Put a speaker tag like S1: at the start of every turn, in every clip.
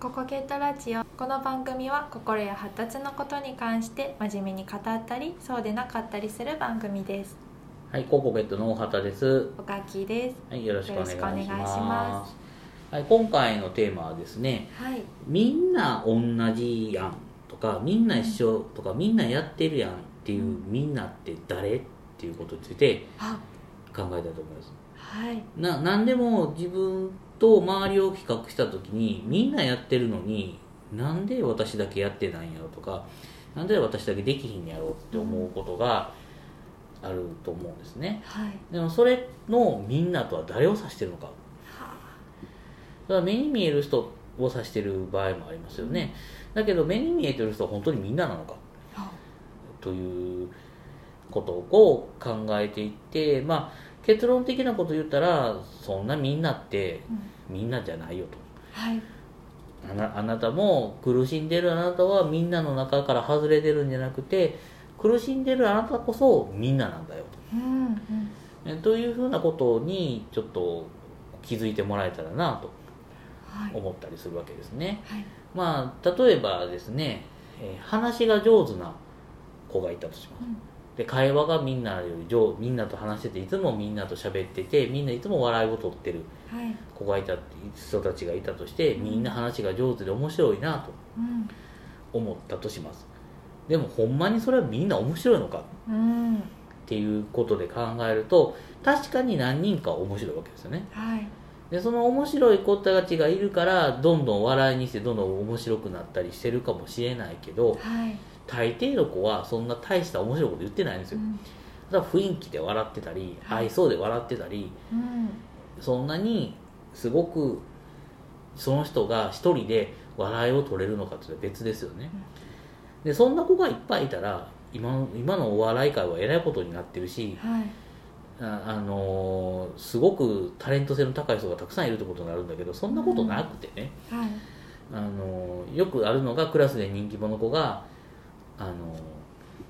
S1: ここゲートラジオこの番組は心や発達のことに関して真面目に語ったりそうでなかったりする番組です
S2: はい、広告ゲットの大畑です。
S1: おかきです
S2: はい、よろしくお願い
S1: よろし
S2: します。
S1: くお願いしま
S2: はい、今回のテーマはですね、
S1: はい
S2: みんな同じやんとか、みんな一緒とか、みんなやってるやんっていう、みんなって誰っていうことについて
S1: あ
S2: 考えたいと思います。
S1: はい
S2: な、なんでも自分と周りを比較したときに、みんなやってるのに、なんで私だけやってないんやろとか、なんで私だけできひんやろって思うことがあると思うんですね。
S1: はい
S2: でもそれのみんなとは誰を指してるのか
S1: は
S2: だから目に見える人を指してる場合もありますよねだけど目に見えてる人は本当にみんななのか
S1: あ
S2: ということを考えていってまあ結論的なこと言ったらそんなみんなって
S1: うん
S2: みんなじゃないよと
S1: はい
S2: あなあなたも苦しんでるあなたはみんなの中から外れてるんじゃなくて苦しんでるあなたこそみんななんだよと
S1: うんうん
S2: えというふうなことにちょっと気づいてもらえたらなと
S1: はい
S2: 思ったりするわけですね。
S1: はい
S2: まあ例えばですね、えー話が上手な子がいたとします。
S1: うん
S2: で会話がみんなより上みんなと話してていつもみんなと喋っててみんないつも笑いを取ってる
S1: はい
S2: 子がいた人たちがいたとしてみんな話が上手で面白いなと
S1: うん
S2: 思ったとします。でもほんまにそれはみんな面白いのか
S1: うん
S2: っていうことで考えると確かに何人か面白いわけですよね。
S1: はい
S2: でその面白い子たちがいるからどんどん笑いにしてどんどん面白くなったりしてるかもしれないけど
S1: はい
S2: 大抵の子はそんな大した面白いこと言ってないんです
S1: う
S2: よ、
S1: ん
S2: ただ雰囲気で笑ってたり
S1: はい
S2: 愛想で笑ってたり
S1: うん
S2: そんなにすごくその人が一人で笑いを取れるのかって別ですよねでそんな子がいっぱいいたら今の今のお笑い界はえらいことになってるし
S1: はい
S2: ああのーすごくタレント性の高い人がたくさんいるってことになるんだけどそんなことなくてね、
S1: はい
S2: あのよくあるのがクラスで人気者の子があの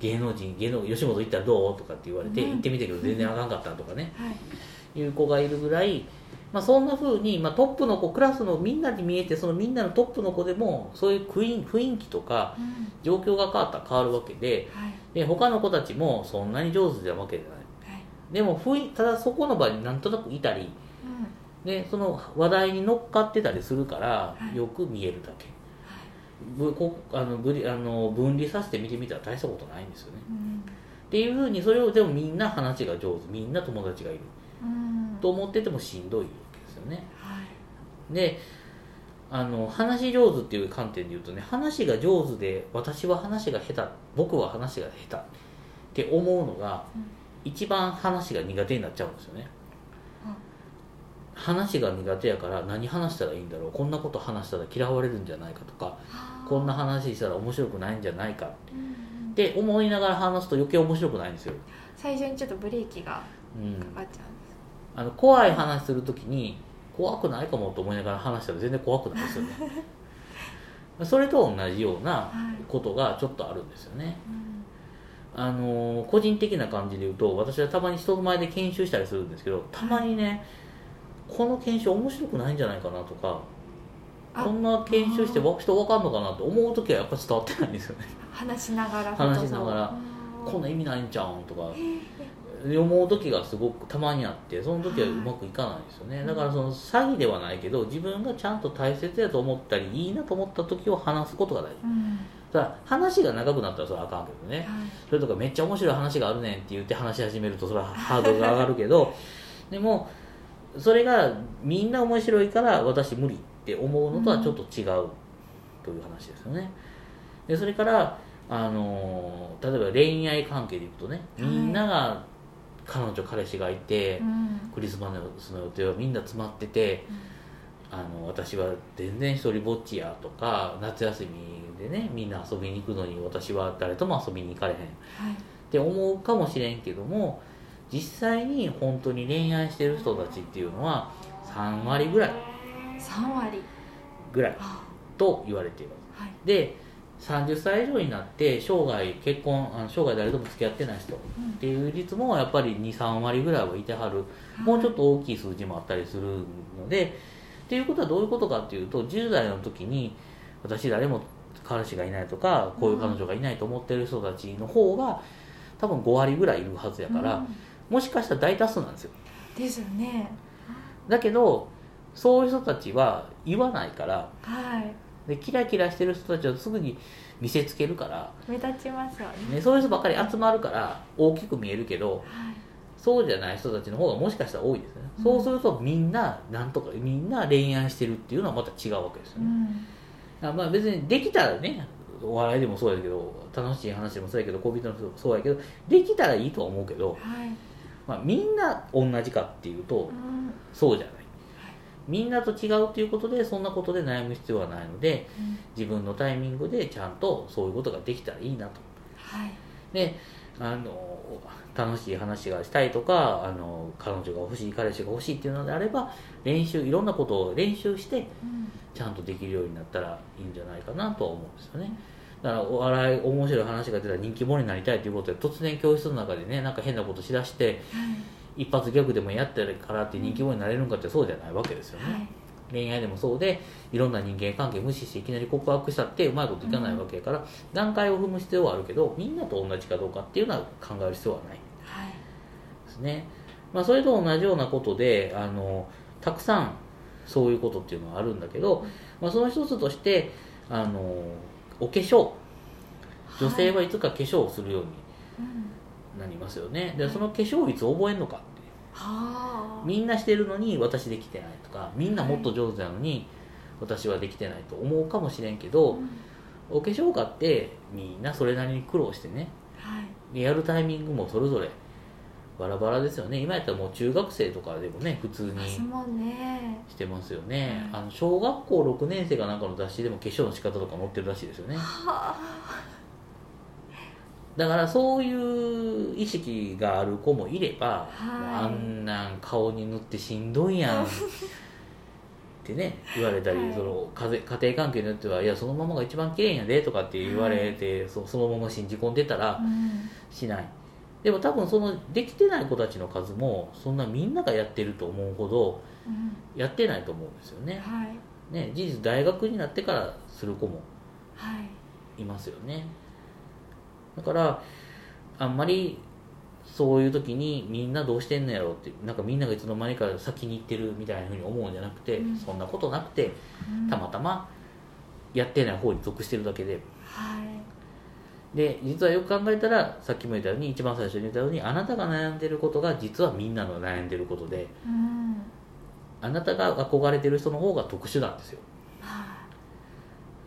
S2: 芸能人芸能吉本行ったらどうとかって言われて、
S1: うん
S2: 行ってみたけど全然あかんかったとかね、
S1: はい
S2: いう子がいるぐらい、まあ、そんな風に、まあ、トップの子クラスのみんなに見えてそのみんなのトップの子でもそういう雰囲雰囲気とか
S1: うん
S2: 状況が変わったら変わるわけで
S1: はい
S2: で他の子たちもそんなに上手じゃわけじゃない
S1: はい
S2: でも雰囲ただそこの場になんとなくいたり
S1: うん
S2: でその話題に乗っかってたりするから
S1: はい
S2: よく見えるだけ。
S1: はい
S2: ぶこあのぶりあの分離させて見てみたら大したことないんですよね。
S1: うん
S2: っていうふうにそれをでもみんな話が上手みんな友達がいる
S1: うん
S2: と思っててもしんどいわけですよね。
S1: はい
S2: であの話し上手っていう観点で言うとね話が上手で私は話が下手僕は話が下手って思うのが
S1: うん
S2: 一番話が苦手になっちゃうんですよね。
S1: あ
S2: 話が苦手やから何話したらいいんだろうこんなこと話したら嫌われるんじゃないかとかこんな話したら面白くないんじゃないか
S1: うん
S2: って思いながら話すと余計面白くないんですよ、
S1: 最初にちょっとブレーキが
S2: うん
S1: か、かっちゃう
S2: あの怖い話するときに怖くないかもと思いながら話したら全然怖くないですよ ねそれと同じようなことがちょっとあるんですよね、
S1: ん
S2: あのー個人的な感じで言うと私はたまに人の前で研修したりするんですけどたまにねこの研修面白くないんじゃないかなとか
S1: あ
S2: こんな研修してわ人分かんのかなって思う時はやっぱ伝わってないんですよね
S1: 話しながら
S2: 話しながらこ
S1: な
S2: んな意味ないんちゃうんとか思う時がすごくたまにあってその時はうまくいかないですよね、
S1: はい
S2: だからその詐欺ではないけど自分がちゃんと大切やと思ったりいいなと思った時を話すことが大事
S1: うん
S2: ただ話が長くなったらそれはあかんけどね
S1: はい
S2: それとかめっちゃ面白い話があるねんって言って話し始めるとそれはハードルが上がるけどでもそれがみんな面白いから私無理って思うのとはちょっと違うという話ですよねでそれから、あのー例えば恋愛関係でいくとねみんなが彼女彼氏がいて、
S1: うん
S2: クリスマスの予定はみんな詰まっててあの私は全然一人ぼっちやとか夏休みでねみんな遊びに行くのに私は誰とも遊びに行かれへん
S1: はい
S2: って思うかもしれんけども実際に本当に恋愛してる人たちっていうのは3割ぐらい
S1: 三割
S2: ぐらい
S1: あ
S2: と言われています
S1: はい
S2: で30歳以上になって生涯結婚あの生涯誰とも付き合ってない人っ
S1: うん
S2: ていう率もやっぱり23割ぐらいはいてはるもうちょっと大きい数字もあったりするのでっていうことはどういうことかっていうと10代の時に私誰も彼氏がいないとかこういう彼女がいないと思ってる人たちの方が多分5割ぐらいいるはずやから、
S1: うん
S2: もしかしたら大多数なんですよ
S1: ですよね
S2: だけどそういう人たちは言わないから
S1: はい
S2: でキラキラしてる人たちをすぐに見せつけるから、
S1: 目立ちますよね
S2: ね、そういう人ばっかり集まるから大きく見えるけ
S1: は
S2: ど
S1: い
S2: そうじゃない人たちの方がもしかしたら多いですね、
S1: うん
S2: そうするとみんななんとかみんな恋愛してるっていうのはまた違うわけですよ
S1: う
S2: ね、
S1: ん
S2: あまあ別にできたらねお笑いでもそうやけど楽しい話でもそうやけど恋人の人もそうやけどできたらいいとは思うけど、
S1: はい
S2: まあ、みんな同じかっていうと
S1: うんうん
S2: そうじゃないみんなと違うということでそんなことで悩む必要はないので自分のタイミングでちゃんとそういうことができたらいいなと
S1: はい
S2: であの楽しい話がしたいとかあの彼女が欲しい彼氏が欲しいっていうのであれば練習いろんなことを練習して
S1: うん
S2: ちゃんとできるようになったらいいんじゃないかなとは思うんですよねだからお笑い面白い話が出たら人気者になりたいということで突然教室の中でねなんか変なことしだして一発ギャグでもやってるからって人気者になれるんかってそうじゃないわけですよね、
S1: はいはい
S2: 恋愛でもそうでいろんな人間関係無視していきなり告白したってうまいこといかないわけやから、段階を踏む必要はあるけどみんなと同じかどうかっていうのは考える必要はない
S1: はい
S2: ですね、まあ、それと同じようなことであのたくさんそういうことっていうのはあるんだけど、まあ、その一つとしてあのお化粧女性はいつか化粧をするように
S1: うん
S2: なりますよね、でその化粧率覚えんのかって
S1: はあ
S2: みんなしてるのに私できてないとかみんなもっと上手なのに私はできてないと思うかもしれんけど、
S1: うん
S2: お化粧家ってみんなそれなりに苦労してね
S1: はい
S2: でやるタイミングもそれぞれバラバラですよね今やったらもう中学生とかでもね普通に
S1: ますもんね
S2: してますよね
S1: うん
S2: あの小学校6年生かなんかの雑誌でも化粧の仕方とか載ってるらしいですよね
S1: は
S2: だからそういう意識がある子もいれば、
S1: はい
S2: あんなん顔に塗ってしんどいやんってね言われたり、
S1: はい
S2: その家庭家庭関係によってはいやそのままが一番綺麗やでとかって言われて、そそのまま信じ込んでた
S1: あ
S2: ら
S1: うん
S2: しないでも多分そのできてない子たちの数もそんなみんながやってると思うほど
S1: うん
S2: やってないと思うんですよね
S1: はい
S2: ね事実大学になってからする子も
S1: はい
S2: いますよねだからあんまりそういう時にみんなどうしてんのやろうってなんかみんながいつの間にか先に行ってるみたいなふうに思うんじゃなくて、
S1: うん
S2: そんなことなくて
S1: うん
S2: たまたまやってない方に属してるだけで
S1: はい
S2: で実はよく考えたらさっきも言ったように一番最初に言ったようにあなたが悩んでることが実はみんなの悩んでることで
S1: うん
S2: あなたが憧れてる人の方が特殊なんですよ
S1: は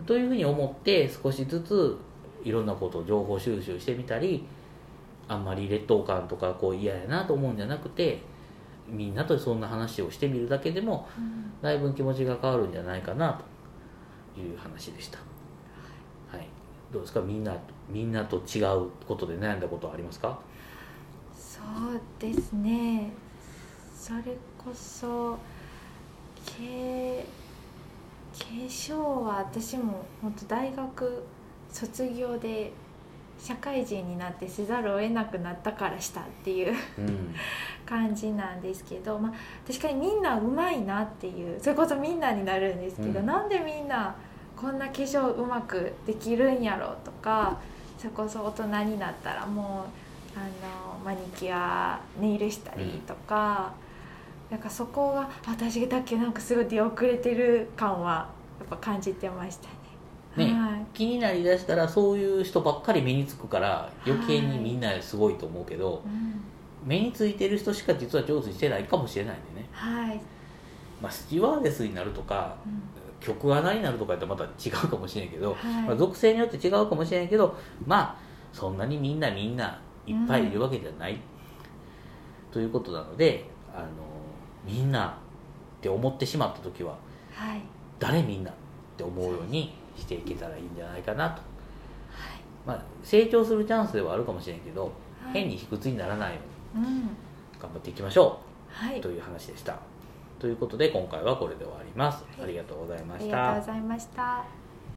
S2: というふうに思って少しずついろんなことを情報収集してみたりあんまり劣等感とかこう嫌やなと思うんじゃなくてみんなとそんな話をしてみるだけでも
S1: いうん
S2: だいぶ気持ちが変わるんじゃないかなという話でした、はい、どうですかみんなみんなと違うことで悩んだことはありますか
S1: そうですねそれこそけ化粧は私も本当大学卒業で社会人になってせざるを得なくなったからしたっていう
S2: うん
S1: 感じなんですけど、まあ、確かにみんなうまいなっていうそれこそみんなになるんですけど、
S2: うん
S1: なんでみんなこんな化粧うまくできるんやろうとかそれこそ大人になったらもうあのマニキュアネイルしたりとか、なんかそこが私だけなんかすごい出遅れてる感はやっぱ感じてましたね。
S2: ね
S1: はい
S2: 気になりだしたらそういう人ばっかり目につくから余計にみんなすごいと思うけど、
S1: うん
S2: 目についてる人しか実は上手にしてないかもしれないんでね、
S1: はい
S2: まあ、スチュワーデスになるとか
S1: うん
S2: 曲穴になるとかやったらまた違うかもしれんけど、
S1: はい
S2: まあ、属性によって違うかもしれんけどまあそんなにみんなみんないっぱいいるわけじゃない、ということなのであのみんなって思ってしまった時は
S1: はい
S2: 誰みんなって思うようにしていけたらいいんじゃないかなと、まあ、成長するチャンスではあるかもしれんけど、
S1: はい
S2: 変に卑屈にならないよ
S1: うん
S2: うに頑張っていきましょう
S1: はい
S2: という話でした。ということで今回はこれで終わります。ありがとうござい
S1: あ
S2: ま
S1: り
S2: し
S1: が
S2: た
S1: とうご。ざいました。